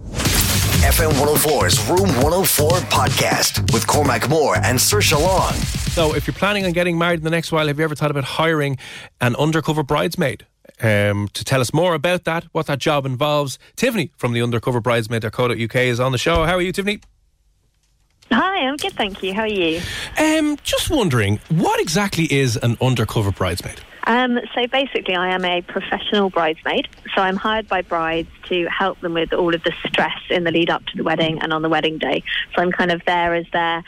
FM 104's Room 104 podcast with Cormac Moore and Sir Long. So, if you're planning on getting married in the next while, have you ever thought about hiring an undercover bridesmaid? Um, to tell us more about that, what that job involves, Tiffany from the Undercover Bridesmaid UK is on the show. How are you, Tiffany? Hi, I'm good, thank you. How are you? Um, just wondering, what exactly is an undercover bridesmaid? Um, so basically, I am a professional bridesmaid. So I'm hired by brides to help them with all of the stress in the lead up to the wedding and on the wedding day. So I'm kind of there as their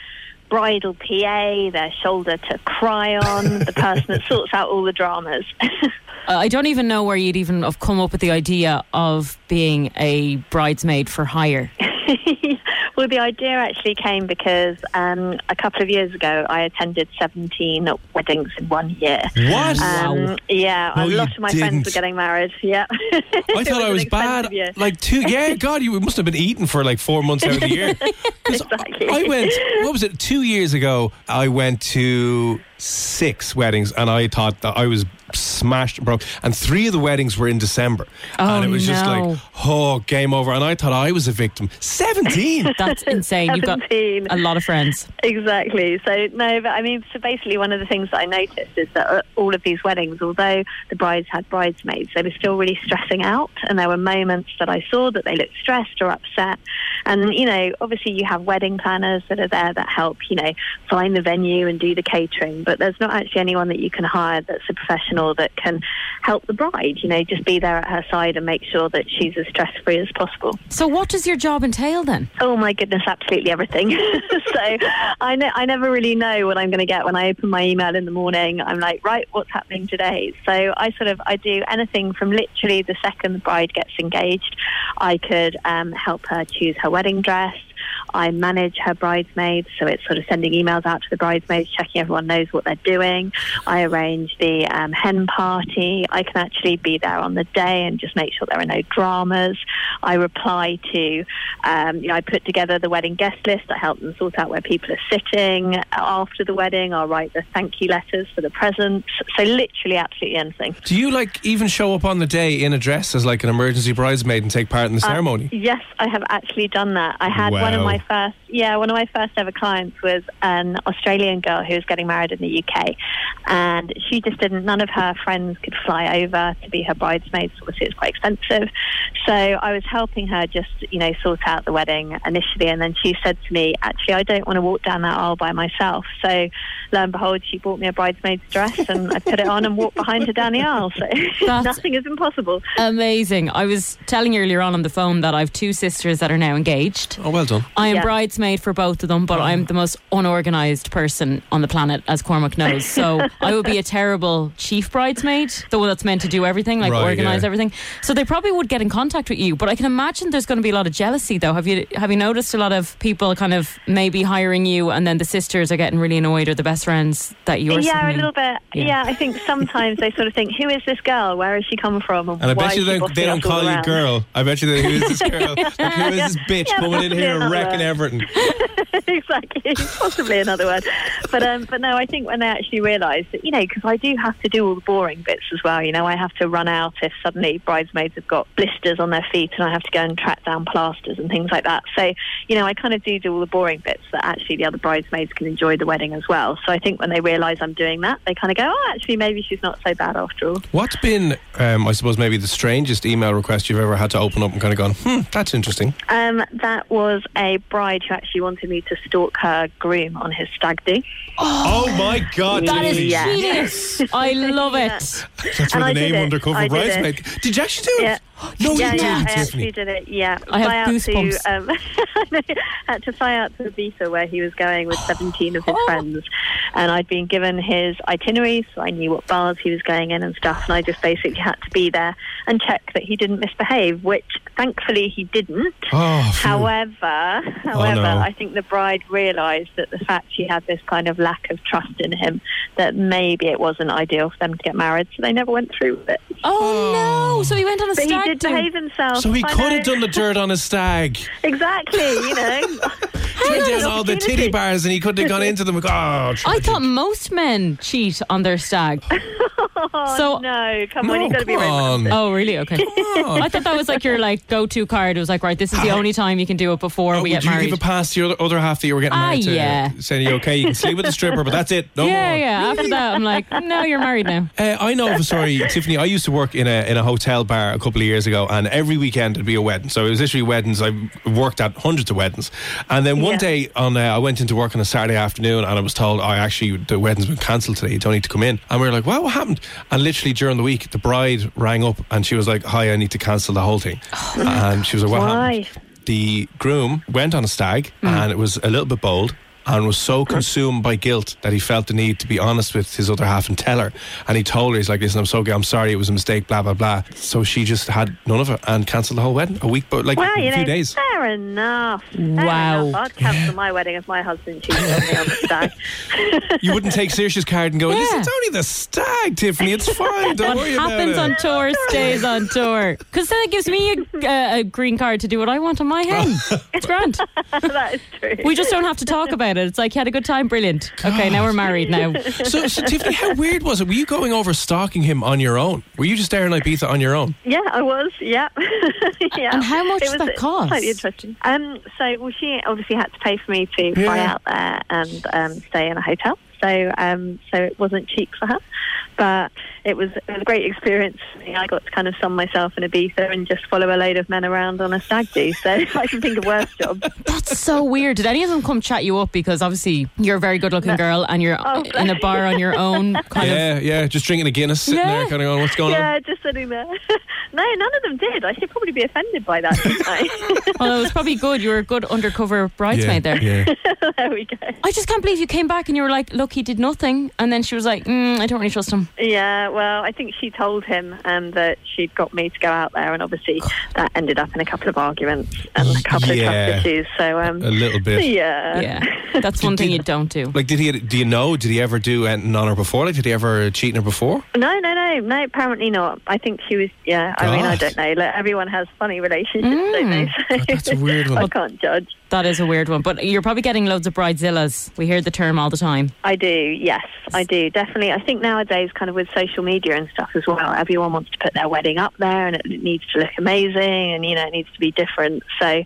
bridal PA, their shoulder to cry on, the person that sorts out all the dramas. Uh, I don't even know where you'd even have come up with the idea of being a bridesmaid for hire. well, the idea actually came because um, a couple of years ago, I attended 17 weddings in one year. What? Um, yeah, No, a lot you of my didn't. friends were getting married. Yeah, I thought I was bad. Like two, yeah, God, you must have been eating for like four months out of the year. 'Cause Exactly. I went. What was it? Two years ago, I went to six weddings, and I thought that I was smashed and broke. And three of the weddings were in December, Oh, and it was just no. like, oh, game over. And I thought I was a victim. Seventeen. That's insane. You've got 17. a lot of friends. exactly. So no, but I mean, so basically, one of the things that I noticed is that uh, all of these weddings, although the brides had bridesmaids, they were still really stressing out, and there were moments that I saw that they looked stressed or upset. And you know, obviously, you have wedding planners that are there that help, you know, find the venue and do the catering, but there's not actually anyone that you can hire that's a professional that can help the bride. You know, just be there at her side and make sure that she's as stress free as possible. So, what does your job entail then? Oh my goodness, absolutely everything. so I, ne- I never really know what I'm going to get when I open my email in the morning. I'm like, right, what's happening today? So I sort of I do anything from literally the second the bride gets engaged, I could um, help her choose her wedding dress. I manage her bridesmaids, so it's sort of sending emails out to the bridesmaids, checking everyone knows what they're doing. I arrange the um, hen party. I can actually be there on the day and just make sure there are no dramas. I reply to, um, you know, I put together the wedding guest list. I help them sort out where people are sitting after the wedding. I'll write the thank you letters for the presents. So literally, absolutely anything. Do you like even show up on the day in a dress as like an emergency bridesmaid and take part in the Uh, ceremony? Yes, I have actually done that. I had one of Wow. my first, yeah, one of my first ever clients was an Australian girl who was getting married in the UK, and she just didn't. None of her friends could fly over to be her bridesmaids. Obviously, it's quite expensive. So I was helping her just, you know, sort out the wedding initially, and then she said to me, "Actually, I don't want to walk down that aisle by myself." So, lo and behold, she bought me a bridesmaid's dress, and I put it on and walked behind her down the aisle. So That's- nothing is impossible. Amazing. I was telling you earlier on on the phone that I have two sisters that are now engaged. Oh, well done. I am Yeah. Oh. bridesmaid for both of them, but I'm the most unorganized person on the planet, as Cormac knows. So I would be a terrible chief bridesmaid, the one that's meant to do everything, like Right, organize yeah. everything. So they probably would get in contact with you, but I can imagine there's going to be a lot of jealousy, though. Have you have you noticed a lot of people kind of maybe hiring you, and then the sisters are getting really annoyed, or the best friends that you're Yeah, suddenly- a little bit. Yeah. Yeah. I think sometimes they sort of think, "Who is this girl? Where has she come from?" And I why bet you is she they, bossing they don't us all call you around?" girl. I bet you they who is this girl? Like, who is this bitch Yeah, coming in possibly here another wrecking taking everything. exactly, possibly another one. But um, but no, I think when they actually realise that you know, because I do have to do all the boring bits as well. You know, I have to run out if suddenly bridesmaids have got blisters on their feet, and I have to go and track down plasters and things like that. So you know, I kind of do do all the boring bits that actually the other bridesmaids can enjoy the wedding as well. So I think when they realise I'm doing that, they kind of go, oh, actually, maybe she's not so bad after all. What's been, um, I suppose, maybe the strangest email request you've ever had to open up and kind of gone, hmm, that's interesting. Um, that was a bride who actually wanted me to stalk her groom on his stag do. Oh, my God. That is Yeah. genius. I love Yeah. it. That's where And the I did name it. Undercover I did it. Bridesmaid. Did, you actually do it? Yeah. No, yeah, you yeah, didn't, I Tiffany. actually did it. Yeah, I have Fly out goosebumps. To, um, had to fly out to Ibiza where he was going with 17 of his Oh. friends, and I'd been given his itinerary, so I knew what bars he was going in and stuff. And I just basically had to be there and check that he didn't misbehave, which thankfully he didn't. Oh, phew. However, however, Oh, no. I think the bride realised that the fact she had this kind of lack of trust in him, that maybe it wasn't ideal for them to get married, so they never went through with it. Oh, no. So he went on a But he stag did do. behave himself. So he I could know. have done the dirt on a stag. Exactly, you know. He An did all the titty opportunity. bars and he couldn't have gone into them. Oh, I thought most men cheat on their stag. so, No, come on, Oh, no, you've got to be come romantic. on. oh, really? Okay. I thought that was like your like go-to card. It was like, right, this is the only time you can do it before Oh, we would get you married. give a pass to your other- other half that you were getting Ah, married to? yeah. Saying, okay, you can sleep with the stripper, but that's it. No yeah, more. yeah. After that, I'm like, no, you're married now. Uh, I know of a story, Tiffany. I used to work in a in a hotel bar a couple of years ago, and every weekend it'd be a wedding. So it was literally weddings. I worked at hundreds of weddings, and then one Yeah. day on uh, I went into work on a Saturday afternoon, and I was told, "I actually the wedding's been cancelled today. You don't need to come in." And we were like, "What, what happened?" And literally during the week, the bride rang up, and she was like, "Hi, I need to cancel the whole thing." and she was like, "What Why? happened?" the groom went on a stag Mm. and it was a little bit bold and was so consumed by guilt that he felt the need to be honest with his other half and tell her. And he told her, he's like, listen, I'm so guilty. I'm sorry. It was a mistake, blah, blah, blah. So she just had none of it and cancelled the whole wedding a week, but like Well, a you few know, days. fair enough. Fair Wow. enough. I'd cancel my wedding if my husband cheated on me on the stag. You wouldn't take Saoirse's card and go, listen, Yeah. it's only the stag, Tiffany. It's fine. Don't What worry about happens it. on tour stays on tour. Because then it gives me a, uh, a green card to do what I want on my hen. It's grand. that is true. We just don't have to talk about it. It's like, you had a good time, brilliant. Okay, now we're married now. so, so, Tiffany, how weird was it? Were you going over stalking him on your own? Were you just there in Ibiza on your own? Yeah, I was. Yeah. yeah. And how much It did was that cost? Slightly interesting. Um, so, well, she obviously had to pay for me to fly Yeah. out there and um, stay in a hotel. So, um, so it wasn't cheap for her, but it was, it was a great experience. I got to kind of sun myself in Ibiza and just follow a load of men around on a stag do. So I can think of worse jobs. That's so weird. Did any of them come chat you up? Because obviously you're a very good looking girl and you're Oh, in a bar on your own, kind of. Yeah, yeah. Just drinking a Guinness, sitting Yeah. there, kind of going, what's going on? Yeah, just sitting there. no, none of them did. I should probably be offended by that. Shouldn't I? Although it was probably good. You were a good undercover bridesmaid there. Yeah. there we go. I just can't believe you came back and you were like, look, he did nothing. And then she was like, mm, I don't really trust him. Yeah, well, I think she told him um, that she'd got me to go out there, and obviously that ended up in a couple of arguments and a couple Yeah. Uh, of trust issues. So, um, A little bit. yeah. Yeah. That's one thing you don't do. Like, did he? Do you know? Did he ever do anything on her before? Like, did he ever cheat on her before? No, no, no, no. Apparently not. I think she was. Yeah, I mean, I God. don't know. Like, everyone has funny relationships, don't they? So that's a weird one. I can't judge. That is a weird one. But you're probably getting loads of bridezillas. We hear the term all the time. I do, yes, I do, definitely. I think nowadays, kind of with social media and stuff as well, everyone wants to put their wedding up there and it needs to look amazing and, you know, it needs to be different. So,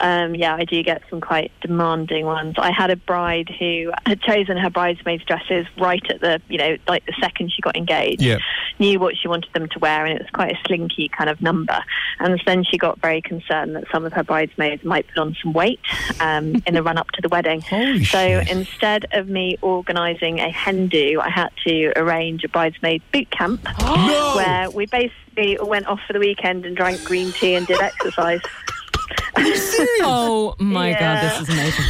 um, yeah, I do get some quite demanding ones. I had a bride who had chosen her bridesmaids' dresses right at the, you know, like the second she got engaged Yeah. knew what she wanted them to wear, and it was quite a slinky kind of number. And then she got very concerned that some of her bridesmaids might put on some weight um, in the run up to the wedding. Holy so shit. instead of me organising a hen do, I had to arrange a bridesmaid boot camp No! where we basically went off for the weekend and drank green tea and did exercise. Oh my Yeah. Mm. Oh God, this is amazing.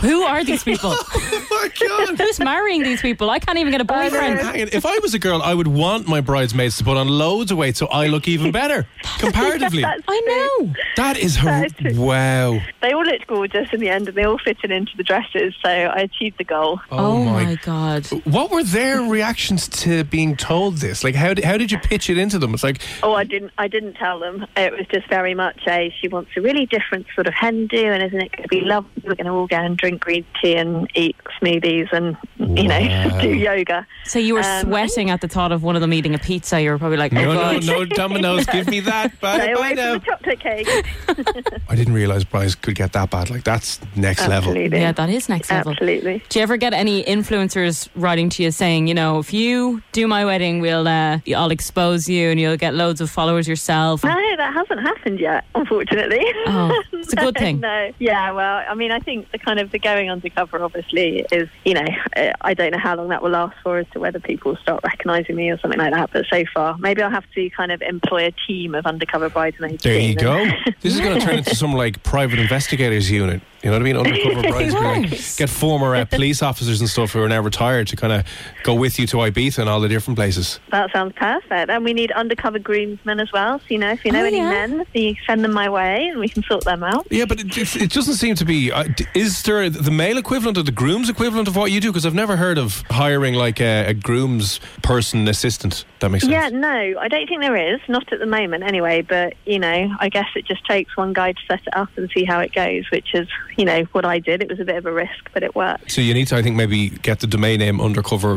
Who are these people? my God. Who's marrying these people? I can't even get a boyfriend. Hang on. If I was a girl, I would want my bridesmaids to put on loads of weight so I look even better comparatively. That's I know. That is her. That's- Wow. They all looked gorgeous in the end, and they all fitted into the dresses, so I achieved the goal. Oh, my. god. What were their reactions to being told this? Like, how did, how did you pitch it into them? It's like, Oh, I didn't. I didn't tell them. It was just very much a she wants a really different sort of hen do, and isn't it going to be lovely? We're going to all go and drink green tea and eat smoothies, and you know, do yoga. So you were Um, sweating at the thought of one of them eating a pizza. You were probably like, oh no, no, god. no, Dominoes, give me that. Bye, Stay bye away now. from the chocolate cake. I didn't realize Bryce could get that bad. Like, that's Oh, next level. Absolutely. Yeah, that is next level. Absolutely. Do you ever get any influencers writing to you saying, you know, if you do my wedding, we'll uh, I'll expose you and you'll get loads of followers yourself? No, that hasn't happened yet, unfortunately. Oh, it's a good thing. No, yeah, well, I mean, I think the kind of the going undercover, obviously, is you know, uh, I don't know how long that will last for, as to whether people start recognising me or something like that. But so far, maybe I'll have to kind of employ a team of undercover bridesmaids. There you soon go. and- This is going to turn into some like private investigators unit. You know what I mean? Undercover brides. being like, Nice. get former uh, police officers and stuff who are now retired to kind of go with you to Ibiza and all the different places. That sounds perfect. And we need undercover groomsmen as well. So you know, if you know Oh, any yeah. men, you send them my way, and we can sort them out. Yeah, but it, it, it doesn't seem to be. Uh, d- is there the male equivalent or the groom's equivalent of what you do? Because I've never heard of hiring like a, a groom's person assistant. That makes sense. Yeah, no, I don't think there is. Not at the moment, anyway. But you know, I guess it just takes one guy to set it up and see how it goes, which is you know what I did. It was a bit of a risk, but it worked. So you need to, I think, maybe get the domain name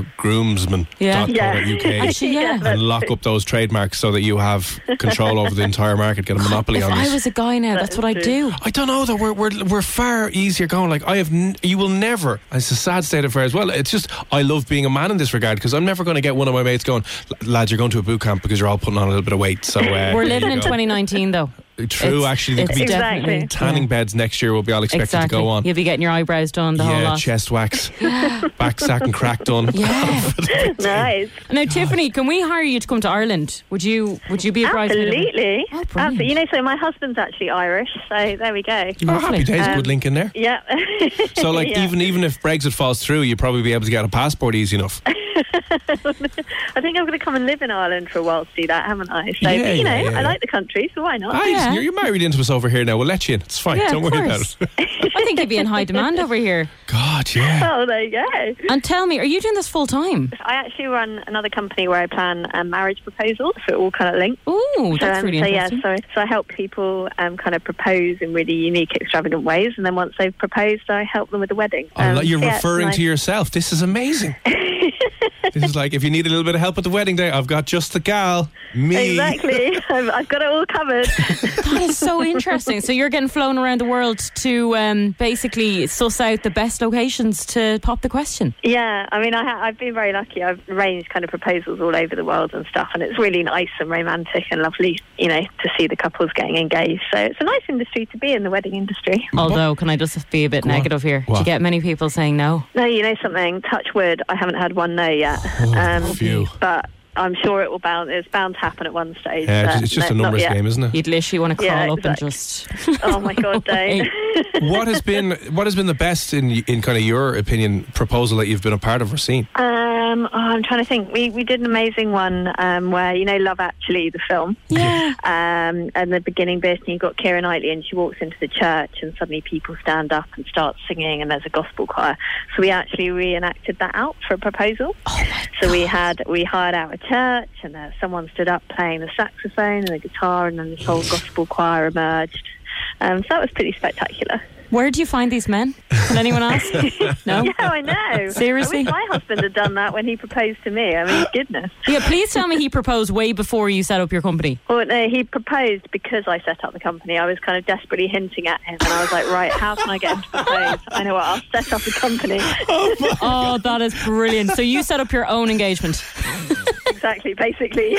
undercovergroomsman.co.uk Yeah. Actually, yeah. and lock up those trademarks so that you have control over the entire market, get a monopoly If on this. I was a guy now, that's what I'd do. I don't know though. We're, we're we're far easier going. Like I have, n- you will never. It's a sad state of affairs. Well, it's just I love being a man in this regard because I'm never going to get one of my mates going, "L- lad, you're going to a boot camp because you're all putting on a little bit of weight. So uh, there We're you living in go. 2019, though. True, It's- actually, there it's could be Exactly. definitely- tanning yeah. beds next year. We'll be all expected Exactly. to go on. You'll be getting your eyebrows done, the whole yeah, lot. chest wax, back sack and crack done. Yeah. Nice, now, Tiffany, can we hire you to come to Ireland? Would you Would you be a bridesmaid? absolutely, Oh, brilliant. absolutely. You know, so my husband's actually Irish, so there we go. Oh, happy Lovely. days, Um, good link in there. Yeah. So, like, Yeah. even even if Brexit falls through, you'd probably be able to get a passport easy enough. I think I'm going to come and live in Ireland for a while to do that, haven't I? So, Yeah, but, you know, yeah, yeah. I like the country, so why not? Ah, yeah. you're, you're married into us over here now. We'll let you in. It's fine. Yeah, Don't of worry about course. it. I think you'd be in high demand over here. God, yeah. Oh, there you go. And tell me, are you doing this full time? I actually run another company where I plan um, marriage proposals, so it all kind of links. Ooh, that's um, really so yeah, interesting. so, so I help people um, kind of propose in really unique, extravagant ways, and then once they've proposed, I help them with the wedding. I Um, lo- you're yeah, it's referring nice. to yourself. This is amazing. this is like if you need a little bit of help at the wedding day, I've got just the gal, me. Exactly, I've, I've got it all covered. That is so interesting. So you're getting flown around the world to um, basically suss out the best locations to pop the question. yeah, I mean, I ha- I've been very lucky. I've arranged kind of proposals all over the world and stuff, and it's really nice and romantic and lovely, you know, to see the couples getting engaged. So it's a nice industry to be in, the wedding industry. Although, can I just be a bit negative here? Do What? you get many people saying no? No, you know something. Touch wood. I haven't had one no yet. Oh, um, phew. But I'm sure it will bound. It's bound to happen at one stage. Yeah, it's- but it's just a no- not numbers yet. game, isn't it? You'd literally want to crawl Yeah, up exact- and just. Oh my god, Hey, Dave. what has been what has been the best in in kind of your opinion proposal that you've been a part of or seen? Um, oh, I'm trying to think. We we did an amazing one um, where you know Love Actually, the film. yeah. Um, and the beginning bit, and you've got Kira Knightley, and she walks into the church, and suddenly people stand up and start singing, and there's a gospel choir. So we actually reenacted that out for a proposal. so we had we hired out a church, and uh, someone stood up playing the saxophone and the guitar, and then this whole gospel choir emerged. Um, so that was pretty spectacular. Where do you find these men? Can anyone ask? No? Yeah, I know. Oh, Seriously? I wish my husband had done that when he proposed to me. I mean, goodness. Yeah, please tell me he proposed way before you set up your company. Well, no, he proposed because I set up the company. I was kind of desperately hinting at him, and I was like, right, how can I get him to propose? I know what, I'll set up a company. Oh, that is brilliant. So you set up your own engagement. exactly, basically.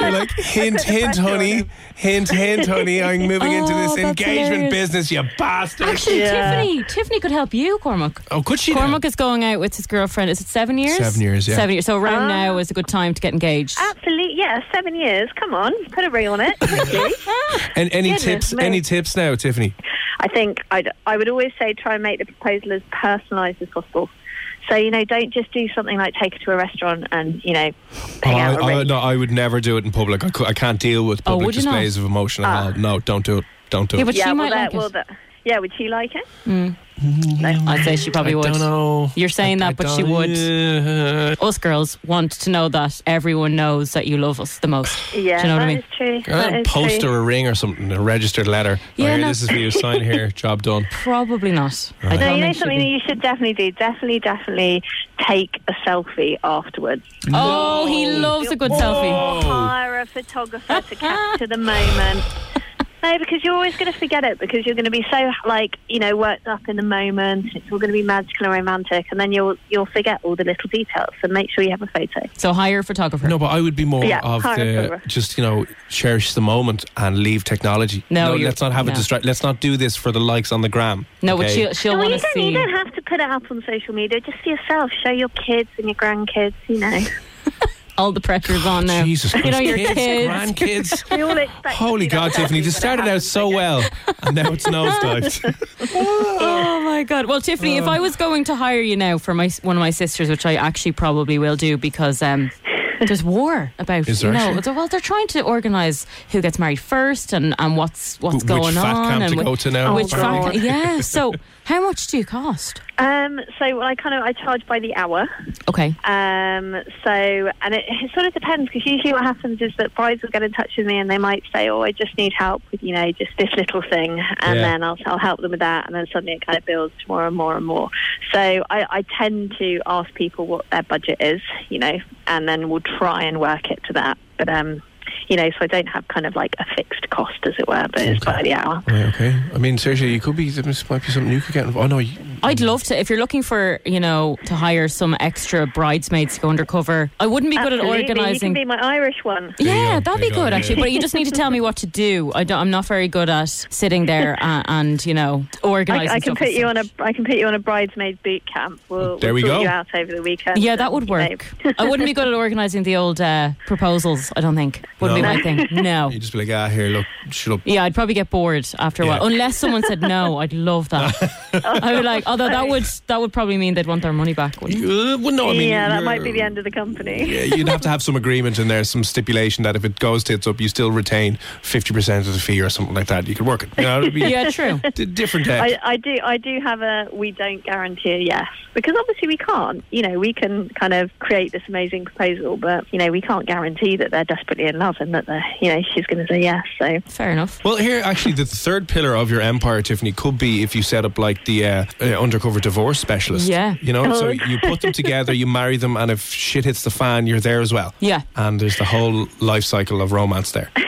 You're like hint, hint, pressure on honey, him. hint, hint, honey. I'm moving into Oh, this that's engagement hilarious. business, you bastard. Actually, Yeah. Tiffany, Tiffany could help you, Cormac. oh, could she? now? Cormac is going out with his girlfriend. Is it seven years? Seven years, yeah. Seven years. So around Ah. now is a good time to get engaged. Absolutely, yeah, seven years. Come on, put a ring on it. Thank you. Ah. And any Goodness tips? me. Any tips now, Tiffany? I think I'd, I would always say try and make the proposal as personalised as possible. So you know, don't just do something like take her to a restaurant and you know, Oh, pay out a I, I, rate. no, I would never do it in public. I, cou- I can't deal with Oh, public would you not? Ah. displays of emotion at all. No, don't do it. Don't do Yeah, it. but she yeah, well, might that, like it. well, that, yeah, would she like it? I'd say she probably I would. don't know. You're saying I that, but she don't- would. Us girls want to know that everyone knows that you love us the most. Yeah, Do you know what that I mean? is true. That I'd is post true. her a ring or something, a registered letter. Yeah, oh, here, no. This is for you. Sign here. Job done. Probably not. Uh-huh. I No, don't you know think she'd something that be- you should definitely do. Definitely, definitely take a selfie afterwards. Oh, he loves a good selfie. Or hire a photographer to capture the moment. No, because you're always going to forget it because you're going to be so like you know worked up in the moment. It's all going to be magical and romantic, and then you'll you'll forget all the little details. So make sure you have a photo. So hire a photographer. No, but I would be more Yeah, of hire a the photographer. just you know cherish the moment and leave technology. No, you- let's not have no. a distract. Let's not do this for the likes on the gram. No, but okay? she'll, she'll No, well, want you don't, to see. you don't have to put it up on social media. Just for yourself. Show your kids and your grandkids. You know, All the pressure's on now. Jesus Christ, uh, you know, your kids, kids. grandkids. we all expect. Holy God, Tiffany! This started out so well, and now it's nosedived. Oh my god! Well, Tiffany, if I was going to hire you now for my one of my sisters, which I actually probably will do because um, there's war about. Is there you know, actually? the- well, they're trying to organise who gets married first and, and what's Wh- what's which going fat on camp and to whi- go to now? Which Oh, fat, God. yeah. So, how much do you cost? Um, so well, I kind of I charge by the hour. Okay. Um, so, and it, it sort of depends because usually what happens is that brides will get in touch with me and they might say, "Oh, I just need help with you know just this little thing," and Yeah. then I'll I'll help them with that, and then suddenly it kind of builds to more and more and more. So I, I tend to ask people what their budget is, you know, and then we'll try and work it to that. But um, you know, so I don't have kind of like a fixed cost, as it were, but it's by the hour. Right, okay. I mean, seriously, you could be. This might be something you could get involved. Oh no, you, I'd love to. If you're looking for, you know, to hire some extra bridesmaids to go undercover, I wouldn't be Absolutely. good at You can organising. be my Irish one. Yeah, you go, that'd there be you go, good yeah. actually. But you just need to tell me what to do. I don't, I'm not very good at sitting there and, and you know I, organising. I can stuff and put you stuff. on a I can put you on a bridesmaid boot camp. We'll, There we'll we sort go. You out over the weekend. Yeah, that and, would you know. work. I wouldn't be good at organising the old uh, proposals. I don't think would be No. my thing. Oh. No. you just be like, ah, here, look, shut up. Yeah, I'd probably get bored after a Yeah. while, unless someone said no. I'd love that. I would like, although that would that would probably mean they'd want their money back. Wouldn't it? Uh, well, no, I mean, yeah, that you're- might be the end of the company. Yeah, you'd have to have some agreement in there, some stipulation that if it goes tits up, you still retain fifty percent of the fee or something like that. You could work it. You know, it'd be Yeah, true. d- different. Day. I, I do. I do have a. We don't guarantee a yes because obviously we can't. You know, we can kind of create this amazing proposal, but you know, we can't guarantee that they're desperately in love and that they're. You know, she's going to say yes. So Fair enough. Well, here actually, the third pillar of your empire, Tiffany, could be if you set up like the uh, uh, undercover divorce specialist. Yeah. you know, so Oh. you put them together, you marry them, and if shit hits the fan, you're there as well. Yeah. and there's the whole life cycle of romance there. Well,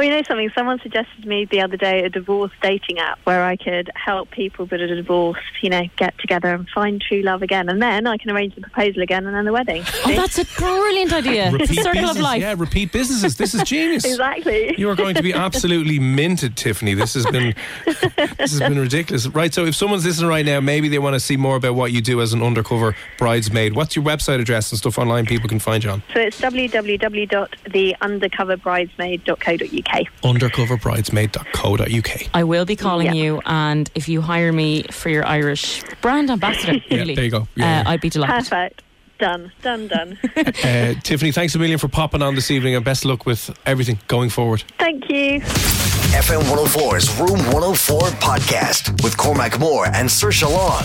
Oh, you know something? Someone suggested to me the other day a divorce dating app where I could help people that are divorced, you know, get together and find true love again. And then I can arrange the proposal again and then the wedding. Oh, that's a brilliant idea. It's a Repeat circle of business- life. Yeah, repeat businesses. This is genius. exactly. You are going to be absolutely minted, Tiffany. This has been this has been ridiculous. Right, so if someone's listening right now, maybe they want to see more about what you do as an undercover bridesmaid. What's your website address and stuff online people can find you on? So it's www.theundercoverbridesmaid.co.uk. Undercoverbridesmaid.co.uk. I will be calling Yeah. you, and if you hire me for your Irish brand ambassador, Yeah, really, there you go. Yeah. uh, I'd be delighted. Perfect. Done. Done. Done. Uh, Tiffany, thanks a million for popping on this evening and best luck with everything going forward. Thank you. FM 104's Room 104 podcast with Cormac Moore and Sir Long.